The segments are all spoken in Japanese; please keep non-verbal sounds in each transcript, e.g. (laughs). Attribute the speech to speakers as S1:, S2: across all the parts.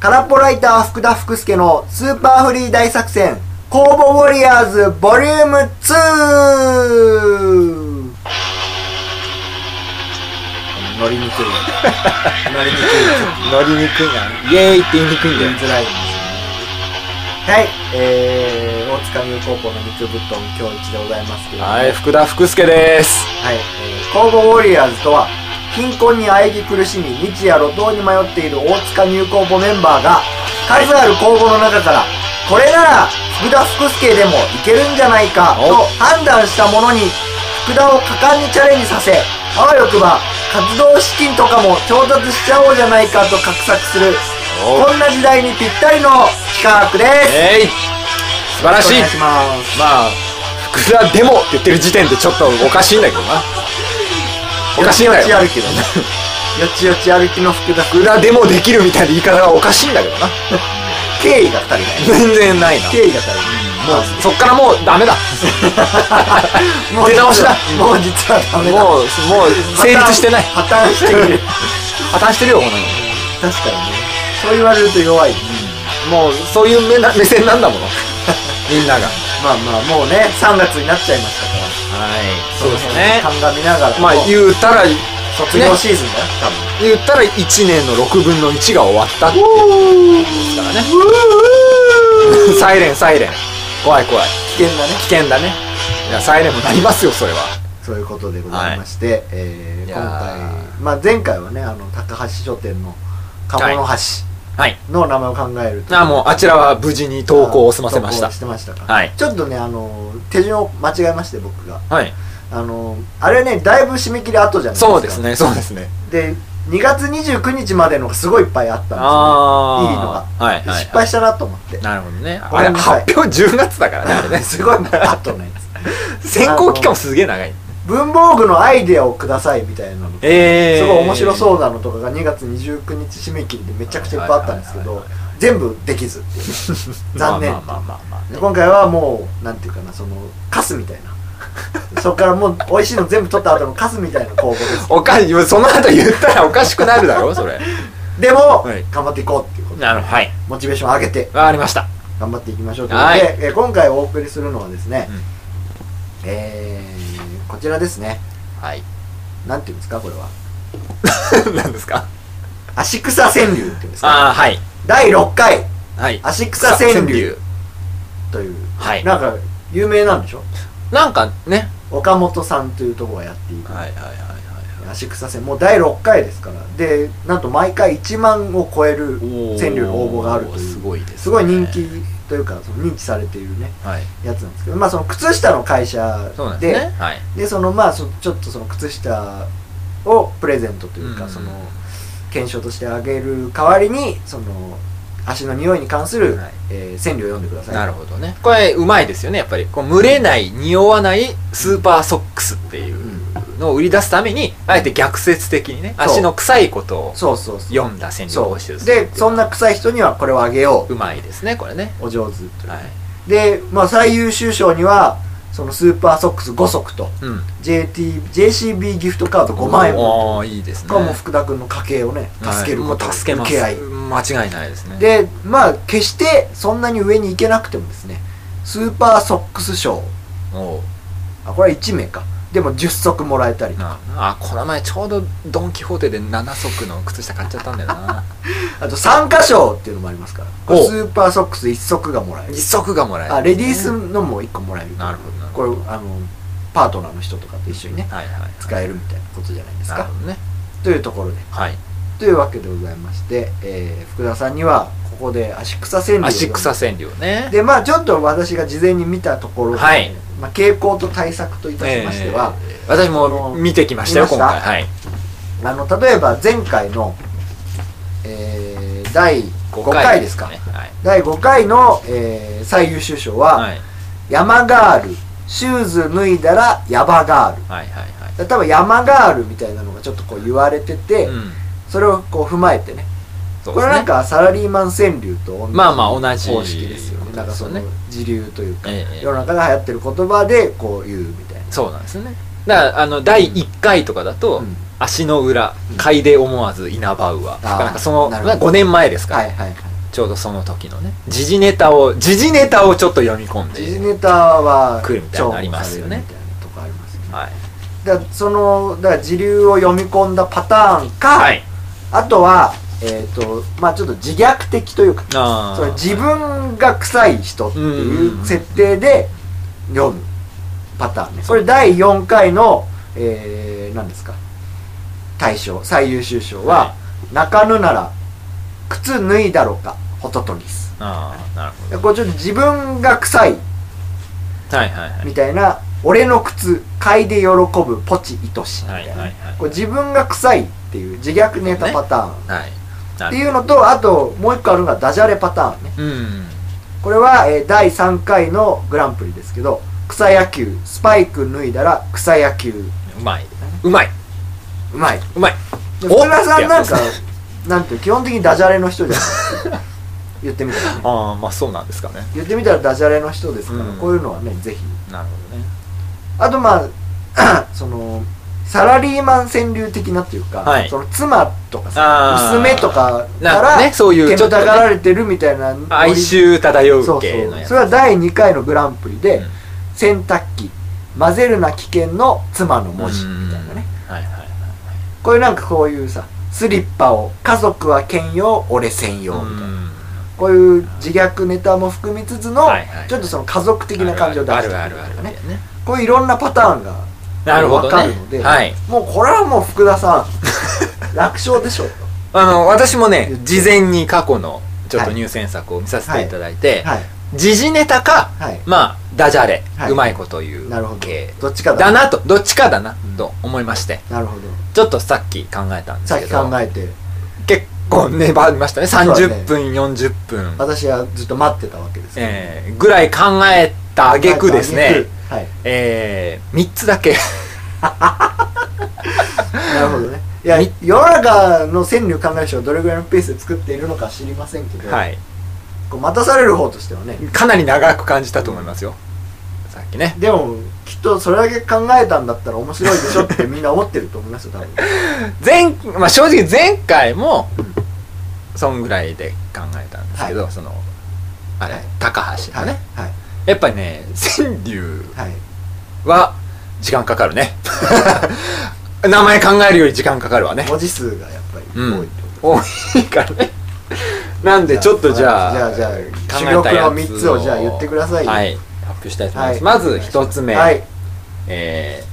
S1: 空っぽライター福田福助のスーパーフリー大作戦公募ウォリアーズボリューム 2!
S2: 乗りにくい。乗りにくい。
S1: 乗りにくいな。
S2: イエーイって言いにくいんだ
S1: 言
S2: よ
S1: い。づらいんですね。はい、えー、大塚三高校の肉ぶっとん今日一でございますけれども、
S2: はい、福田福助です。
S1: はい、えー、公募ウォリアーズとは、貧困に喘ぎ苦しみ、日夜路頭に迷っている大塚入高簿メンバーが、数ある公募の中から、これなら、福田福助でもいけるんじゃないか、と
S2: お
S1: 判断したものに、福田を果敢にチャレンジさせ、あわよくば、活動資金とかも調達しちゃおうじゃないかと画策する、
S2: お
S1: こんな時代にぴったりの企画です。
S2: えい素晴らし
S1: お
S2: い
S1: 願いします。
S2: まあ、福田でもって言ってる時点でちょっとおかしいんだけどな。おかしいんだよ。
S1: よちよち歩きのね。よちよち歩きの福田
S2: 福田でもできるみたいな言い方がおかしいんだけどな。
S1: 敬意が足りない。
S2: 全然ないな。
S1: 敬意が足りない。もう、
S2: そっからもうダメだ。
S1: もう
S2: 出直しだ
S1: もう実はダ
S2: もう、
S1: メだ。
S2: もう成立してない。
S1: 破綻している。
S2: 破綻してるよ、こんなの。
S1: 確かにね。そう言われると弱い。
S2: もう、そういう目な目線なんだもの。 (laughs) みんなが。は
S1: まあまあ、もうね、3月になっちゃいましたから。
S2: い。そうですね。
S1: 鑑みながら、
S2: まあ
S1: もう、
S2: 言うたら、
S1: 卒業シーズンだよ、多分。
S2: 言ったら1年の6分の1が終わったっていうからね。サイレン、サイレン。怖い、怖い。
S1: 危険だね。
S2: 危険だね。いや、サイレンもなりますよ、それは。
S1: そういうことでございまして、えー
S2: い
S1: 今
S2: やー
S1: 回、まあ、前回はねあの高橋書店の鴨の
S2: はい。
S1: 橋の名前を考えると、
S2: あ、もう、あちらは無事に投稿を済ませまし
S1: 投
S2: た
S1: 稿。してましたか、
S2: はい
S1: ちょっとねあの手順を間違えまして僕が
S2: はい。
S1: あのあれねだいぶ締め切り後じゃないですか
S2: そうですね、そうですね。
S1: で2月29日までのがすごいいっぱいあったんですよ、ね、
S2: あー
S1: いいのが、
S2: はいはいはい
S1: 失敗したなと思って
S2: なるほどね。
S1: ご
S2: あ
S1: めん
S2: れ、
S1: なさい
S2: 発表10月だからね、あれね。
S1: (laughs) すごいパ
S2: (laughs)
S1: ッとね
S2: 選考期間もすげえ長い。
S1: 文房具のアイデアをくださいみたいなの
S2: え
S1: すごい面白
S2: う。
S1: そうなのとかが2月29日締め切りでめちゃくちゃいっぱいあったんですけ
S2: は
S1: ど
S2: いは
S1: 全部できずっていう
S2: (laughs)
S1: 残念
S2: まあまあまあまあまあ
S1: で今回はもうなんていうかなそのカスみたい
S2: (laughs)
S1: なそこからもう美味しいの全部取った後のカスみたいな公募です
S2: おかしい、その後言ったらおかしくなるだろ、それ。
S1: でも、
S2: はい
S1: 頑張っていこうっていうことで
S2: (laughs) なるほど、はい。
S1: モチベーションを上げて
S2: わかりました。
S1: 頑張っていきましょうということ
S2: は
S1: で、
S2: い
S1: えー今回お送りするのはですね、えー、こちらですね (laughs)
S2: はい。
S1: なんていうんですかこれは
S2: 何ですか
S1: 足草川柳っていうんですか
S2: ああ、はい。
S1: 第6回
S2: はい。
S1: 足草川柳。という、
S2: はい
S1: なんか有名なんでしょ
S2: なんかね。
S1: 岡本さんというところがやっている
S2: はいはいはいはい。
S1: 足草戦もう第6回ですからでなんと毎回1万を超える川柳の応募があるという
S2: すごいです、ね。
S1: すごい人気。というかその認知されているね
S2: はい。
S1: やつなんですけどまあその靴下の会社
S2: そうなん
S1: で
S2: ですね。はい。
S1: でそのまあそちょっとその靴下をプレゼントというか、
S2: うん
S1: その検証としてあげる代わりにその足の匂いに関する、
S2: はい
S1: えー川柳を読んでください
S2: なるほどね。これ、うまいですよね、やっぱり。こう、蒸れない、匂わない、スーパーソックスっていうのを売り出すために、あえて逆説的にね、
S1: そう
S2: 足の臭いことを
S1: そうそうそう
S2: 読んだ川柳を募集するっていう。
S1: でそんな臭い人にはこれをあげよ
S2: うまいですね、これね。
S1: うお上手という、
S2: はい。
S1: で、まあ、最優秀賞にはそのスーパーソックス5足と
S2: うん。
S1: JT JCB ギフトカード5万円分
S2: おーいいですね。
S1: これもう福田君の家計をね助けること、
S2: はいもう助けます
S1: 受け合い
S2: 間違いないですね
S1: でまあ決してそんなに上に行けなくてもですねスーパーソックス賞
S2: おう
S1: あこれは1名かでも10足もらえたりとか
S2: なあこの前ちょうどドン・キホーテで7足の靴下買っちゃったんだよな
S1: (laughs) あと参加賞っていうのもありますからこれ
S2: お
S1: スーパーソックス1足がもらえる
S2: 1足がもらえる
S1: あレディースのも1個もらえる
S2: なるほどなるほ
S1: これあのパートナーの人とかと一緒にね
S2: どはいはい
S1: 使えるみたいなことじゃないです
S2: なる
S1: か
S2: ほどね
S1: というところで
S2: はい
S1: というわけでございまして、えー福田さんにはここで足草川柳を
S2: 足草川柳ね
S1: でまあちょっと私が事前に見たところで、
S2: はい
S1: まあ、傾向と対策といたしましては、
S2: えー私も見てきましたよ
S1: 見
S2: 今
S1: ました
S2: 回はい
S1: あの例えば前回の、えー第5回ですか
S2: ねはい
S1: 第5回の、えー最優秀賞は、
S2: はい
S1: 山ガールシューズ脱いだらヤバガール
S2: はいはい
S1: 例えば山ガールみたいなのがちょっとこう言われてて、
S2: はいうん
S1: それをこう踏まえてね
S2: そう
S1: こ
S2: で
S1: れ
S2: す
S1: なん
S2: ね
S1: かサラリーマン川柳と同じ
S2: まあまあ同じ
S1: 方式ですよねなんかその
S2: ことです
S1: 自流というか、
S2: ええ
S1: 世の中で流行ってる言葉でこう言うみたいな
S2: そうなんですねだからあの第1回とかだと、
S1: うん
S2: 足の裏
S1: うん
S2: 嗅いで思わず稲葉ウアと
S1: あー
S2: かなんかその
S1: なるほど
S2: 5年前ですか
S1: は
S2: ら
S1: いはいはい
S2: ちょうどその時のね時事ネタを時事ネタをちょっと読み込ん
S1: 時事
S2: で、
S1: ネタは
S2: 来るみたいなのありますよね
S1: 重宝されるみたいなとこありますよね
S2: はい
S1: だからそのだから時流を読み込んだパターンか、
S2: はい、
S1: あとはえっ、とまあちょっと自虐的というか
S2: あ
S1: その
S2: ー
S1: 自分が臭い人っていう設定で読むパターンねこれ第4回の、えー、何ですか大賞最優秀賞は、
S2: は
S1: 泣かぬなら靴脱いだろかホトトギス
S2: あーなるほ
S1: これちょっと自分が臭い
S2: どはいはいはい
S1: みたいな俺の靴嗅いで喜ぶポチ愛しみ
S2: は
S1: たい
S2: い
S1: な、
S2: はいはい
S1: これ自分が臭いっていう自虐ネタパターン、
S2: はいな
S1: って
S2: る
S1: いうのとあともう一個あるのがダジャレパターンね
S2: うん
S1: これは、えー第3回のグランプリですけど草野球スパイク脱いだら草野球
S2: うまいうまいう
S1: まいう
S2: まい
S1: で
S2: お
S1: 福田さんなんか
S2: い
S1: なんていう基本的にダジャレの人じゃない言ってみたらね
S2: ああまあそうなんですかね
S1: 言ってみたらダジャレの人ですから、
S2: うん
S1: こういうのはねぜひ
S2: なるほどね
S1: あとまあ (clears throat) そのサラリーマン川柳的なっていうか、
S2: はい
S1: その妻とか
S2: あ
S1: さ
S2: ー
S1: 娘とかか
S2: なんからねそういう
S1: 煙
S2: ちょったとね
S1: がられてるみたいな
S2: 哀愁漂
S1: そううそ
S2: 系の
S1: う
S2: やつ
S1: それは第2回のグランプリで、
S2: うん
S1: 洗濯機混ぜるな危険の妻の文字みたいなね
S2: うんはいはいはい
S1: こういうなんかこういうさスリッパを家族は兼用俺専用みたいな、
S2: うん
S1: こういう自虐ネタも含みつつの、
S2: はいはい
S1: ちょっとその家族的な感じを出して
S2: ある
S1: くれ
S2: あるあ
S1: る
S2: る
S1: と
S2: あ
S1: か
S2: る
S1: ねこういういろんなパターンが
S2: なるほど
S1: わか
S2: ね
S1: るので、
S2: はい
S1: もうこれはもう福田さん楽勝でしょうよ
S2: あの私もね事前に過去のちょっと入選作を見させていただいて、
S1: はい
S2: 時事ネタか、
S1: はい
S2: まあダジャレ、
S1: はいう
S2: まいこと言う
S1: なるほど
S2: 系
S1: どっちかだ
S2: だなとどっちかだな
S1: うん
S2: と思いまして
S1: なるほど
S2: ちょっとさっき考えたんです
S1: さっ
S2: け
S1: き
S2: ど
S1: 考えて
S2: 結構粘りましたね
S1: そうだね
S2: 30分、40分、
S1: 私はずっと待ってたわけですよ
S2: えーぐらい考えた挙句ですね、
S1: はい
S2: えー、3つだけ
S1: なるほどねいや
S2: み
S1: 世の中の川柳考える人がどれぐらいのペースで作っているのか知りませんけど、
S2: はい
S1: こう待たされる方としてはね
S2: かなり長く感じたと思いますよ、さっきね
S1: でもきっとそれだけ考えたんだったら面白いでしょってみんな思ってると思いますよ多分
S2: 前、まあ、正直前回もそんぐらいで考えたんですけど、
S1: は
S2: そのあれ、
S1: はい
S2: 高橋
S1: はい
S2: のね、
S1: はい
S2: やっぱりね川柳
S1: はい
S2: は時間かかるね (laughs) 名前考えるより時間かかるわね
S1: 文字数がやっぱり
S2: うん
S1: 多いと、
S2: 多いからねなんでちょっとじゃあ
S1: じゃあじゃあ
S2: 考えたやつ
S1: 主力の3つをじゃあ言ってくださいよ
S2: はい発表したいと思います、
S1: はい
S2: まず一つ目、
S1: はい
S2: え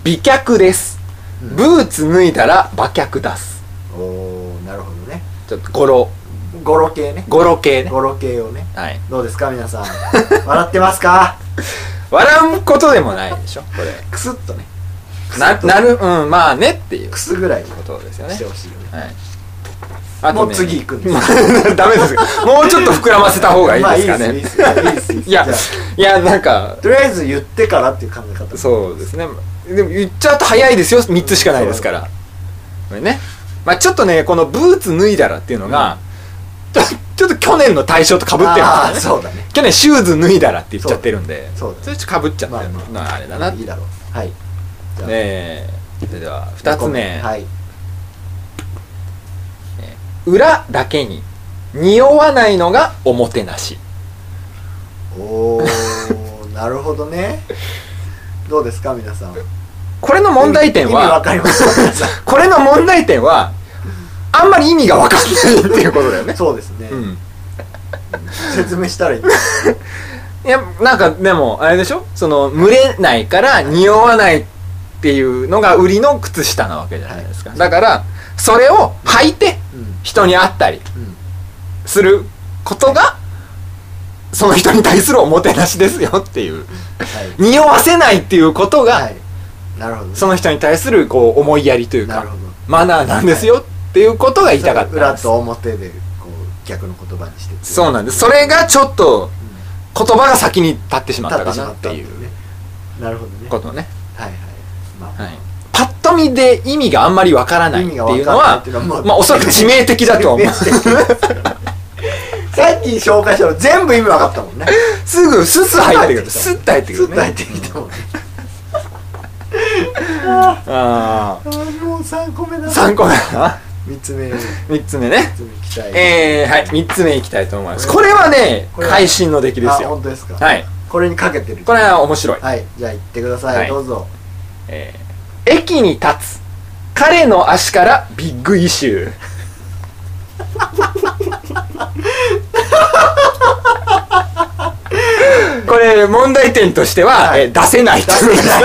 S2: ー美脚です、
S1: うん
S2: ブーツ脱いだら馬脚出す
S1: おーなるほどね
S2: ちょっと語呂
S1: 語呂系ね
S2: 語呂系ね
S1: 語呂系をね
S2: はい
S1: どうですか皆さん笑ってますか
S2: 笑うことでもないでしょこれ
S1: (laughs) クスッとね
S2: ななるうんまあねっていう
S1: ク
S2: こ
S1: スぐらい
S2: とですよね
S1: してほしいよね
S2: はいあとね
S1: もう次行くんです
S2: (laughs) ダメですもうちょっと膨らませた方がいいですか
S1: まあい
S2: ね
S1: いですいいですいいです
S2: いや
S1: じゃあ
S2: いやなんか
S1: とりあえず言ってからっていう考え方
S2: そうですねでも言っちゃうと早いですよ3つしかないですからこれねまあちょっとねこのブーツ脱いだらっていうのが、ちょちょっと去年の対象とかぶってるん
S1: ああ
S2: ですよ
S1: そ
S2: ね
S1: うだね
S2: 去年シューズ脱いだらって言っちゃってるんで
S1: そうだね
S2: れちょっとかぶっちゃっ
S1: ま
S2: て
S1: あ
S2: る
S1: まあ
S2: のはあれだなっ
S1: い
S2: て
S1: いだろうはいじゃあ
S2: ねえそれでは2つ目、
S1: はい
S2: 裏だけに匂わないのがおもてなし
S1: おーなるほどねどうですか皆さん
S2: これの問題点
S1: 意味わ
S2: は
S1: かり (laughs) ます
S2: これの問題点はあんまり意味がわかんないっていうことだよね
S1: そうですね、
S2: うん
S1: 説明したらいい
S2: いやなんかでもあれでしょその蒸れないから匂わないっていうのが売りの靴下なわけじゃないですか、
S1: はい
S2: だからそれを履いて
S1: うん
S2: 人に会ったり
S1: うん
S2: することがその人に対するおもてなしですよっていう
S1: は
S2: 匂わせないっていうことが、
S1: い、はい、なるほどね
S2: その人に対するこう思いやりという
S1: なる
S2: か
S1: ほど
S2: マナーなんですよっていうことが言いたかったん
S1: 裏
S2: です
S1: と表でこう逆の言葉にして
S2: そう
S1: う
S2: なんですそれがちょっと言葉が先に立ってしま
S1: 立
S2: った
S1: ってし
S2: か
S1: ま
S2: な
S1: っ
S2: ったて
S1: って
S2: い
S1: いううねなるほどね
S2: ことね
S1: はいはいまあ、
S2: はい、パッと見で意味があんまりわからないっていうの
S1: 意味がわからない
S2: は
S1: っていうのはまあ
S2: まあおそらく致命的だと思う
S1: さっき紹介したの全部意味わかったもんね
S2: すぐスッス入ってくるスッと入ってくる
S1: スッと入って
S2: ね
S1: きたもんね
S2: あ
S1: あーもう3個目だ
S2: 3個目だな
S1: 三つ目、三
S2: 3つ目ね
S1: つ目期待。
S2: えー、はい3つ目いきたいと思います
S1: こ
S2: これはね
S1: これは
S2: 会心の出来です
S1: あ、
S2: よ
S1: 本当ですか。
S2: はい
S1: これにかけてる。
S2: これは面白い、
S1: はい、じゃあ行ってください。
S2: はい
S1: どうぞ。
S2: えー駅に立つ彼の足からビッグイシューこれ問題点としては、
S1: はい
S2: えー出せない
S1: 出
S2: という
S1: せない。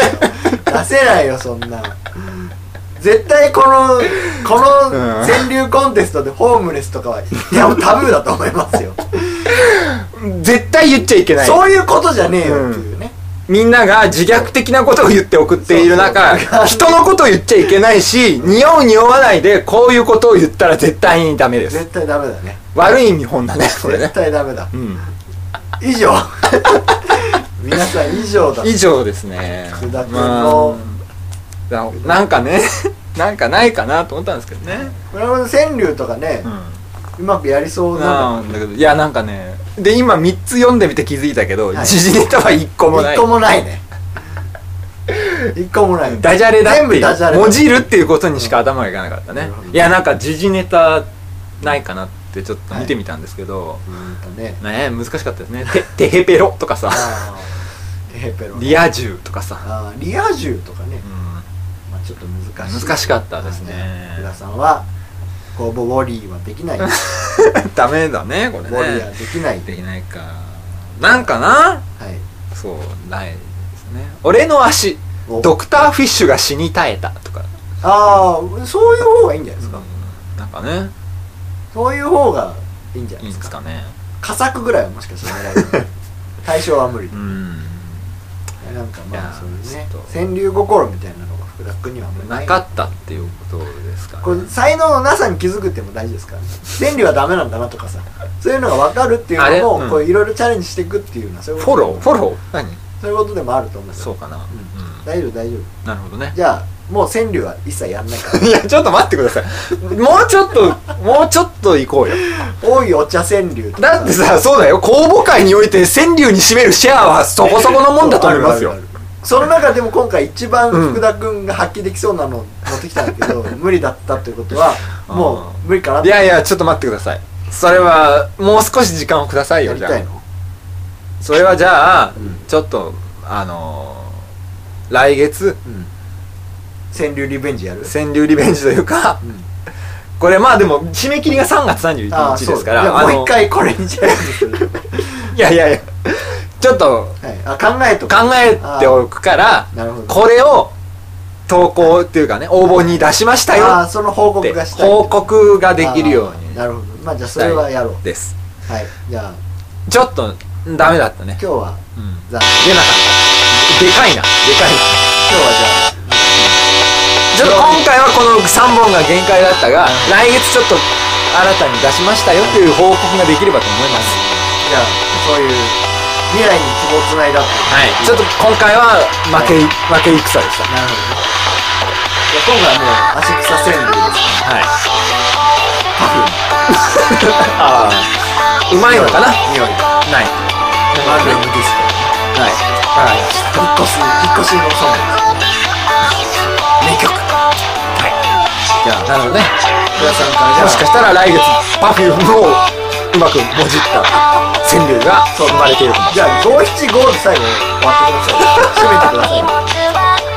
S1: 出せないよ、そんな。絶対この、この
S2: うん
S1: 川柳コンテストでホームレスとかは、いや、もうタブーだと思いますよ。
S2: 絶対言っちゃいけない
S1: そういうことじゃねえよっていうね。
S2: みんなが自虐的なことを言って送っている中
S1: そうそう
S2: 人のことを言っちゃいけないし匂う匂わないでこういうことを言ったら絶対にダメです
S1: 絶対ダメだね。
S2: 悪い見本だねこれね
S1: 絶、対ダメだ。
S2: うん、
S1: 以上。皆さん以上だ。
S2: 以上ですね
S1: 福田君の
S2: まあななんかね (laughs) なんかないかなと思ったんですけどね
S1: これは川柳とかね
S2: う、
S1: う
S2: ん
S1: まくやりそうな
S2: なんだけどいやなんかねで今3つ読んでみて気づいたけど
S1: はい
S2: 時事ネタは1個もない
S1: 一個もないね一個もない
S2: ダジャレだって
S1: 全部ダジャ
S2: い
S1: レ
S2: うもじるっていうことにしか頭がいかなかった
S1: な
S2: ね
S1: るほど
S2: いやなんか時事ネタないかなってちょっと見てみたんですけど、
S1: うんとね
S2: ね難しかったですね「ててへぺろ」とかさ
S1: あーテヘペロ
S2: 「リア充」とかさ、
S1: あーリア充とかね
S2: う、
S1: まあ、ちょっと難しい
S2: 難しかったですね
S1: はい浦さんはこうボボリーはできないボ
S2: んダメだ (laughs) ねこれ
S1: ボリーは
S2: ね
S1: できない
S2: できないかなんかな
S1: はい
S2: そうないですね俺の足
S1: お
S2: ドクターフィッシュが死に絶えたとか
S1: ああそういう方がいいんじゃないですか、
S2: なんかね
S1: そういう方がいいんじゃない
S2: い
S1: い
S2: ん
S1: で
S2: ですす
S1: か
S2: かね
S1: 佳作ぐらいはもしかしたら狙える
S2: (laughs)
S1: 対象は無理
S2: うん
S1: なんかまあそういう
S2: いや
S1: ね
S2: ちょっと
S1: 川柳心みたいなのが福田君にはあんまりな
S2: ないかったっていうことですか
S1: これ
S2: ね
S1: 才能のなさに気づくっても大事です
S2: (laughs)
S1: からね川柳はダメなんだなとかさそういうのが分かるっていうの
S2: あれ
S1: も
S2: うん
S1: こういろいろチャレンジしていくっていうのはそういう
S2: フ
S1: こ
S2: ォ
S1: と
S2: ローフォロー何
S1: そういうことでもあると思う
S2: そう
S1: か
S2: かな、うん
S1: 大丈夫大丈夫
S2: なるほどね
S1: じゃあもう川柳は一切やんない
S2: (laughs)
S1: から
S2: いやちょっと待ってくださいもうちょっともうちょっと行こうよ
S1: 多いお茶川柳とか
S2: だってさそうだよ公募会において川柳に占めるシェアはそこそこのもんだと思いますよ
S1: あるあるあるその中でも今回一番福田君が発揮できそうなのを持ってきたんだけ
S2: (laughs)
S1: ど、無理だったということはもう無理かなっ
S2: (laughs) い
S1: て
S2: やいやちょっと待ってくださいそれはもう少し時間をください
S1: や
S2: よ
S1: り
S2: じゃ
S1: た
S2: あ
S1: いの
S2: それはじゃあ、
S1: うん
S2: ちょっとあのー来月
S1: うん川柳リベンジやる
S2: 川柳リベンジというか
S1: うん
S2: これまあでも締め切りが3月31日ですから
S1: あそう
S2: あの
S1: いやもう一回これにチャレンジする、
S2: (laughs) いやいやいやちょっと
S1: はい、あ考えと
S2: 考
S1: か
S2: えておくから
S1: なるほど
S2: これを投稿っていうかね応募に出しましたよ
S1: あーその報
S2: っ
S1: 告
S2: て
S1: がしたい
S2: 報告ができるよう
S1: あー
S2: に
S1: なるほどまあじゃあそれはやろう
S2: です
S1: はいじゃあ
S2: ちょっとダメだったね
S1: 今日は
S2: うん
S1: じゃあ今
S2: 出なかったでかいなでかいな
S1: 日はじゃ
S2: ちょっと今回はこの3本が限界だったが、来月ちょっと新たに出しましたよっていう報告ができればと思います。
S1: あじゃあそういう未来に希望をつないだって
S2: はい。ちょっと今回は負け、負け戦でした。
S1: なるほどねじゃあ今回はもう足草川柳ですね
S2: はい。
S1: パフ
S2: ああ、うまいのかな
S1: 匂いが
S2: ない。
S1: マグロムディス
S2: はい。わかりました。
S1: コ引っ越す引っ越しのソング名曲
S2: じゃあ、なるほどね。
S1: 皆さんからじゃあ
S2: もしかしたら来月、パフュームをうまくもじった川柳が生まれているかも
S1: じゃあ五七五で最後終わってください。締めてください。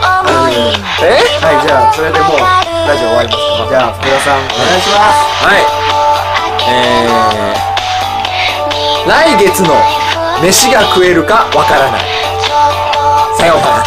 S1: はい、
S2: え
S1: じゃあそれでもうラジオ終わりますから。じゃあ福田さんお願いします。
S2: はい。えー、来月の飯が食えるかわからない。さようなら。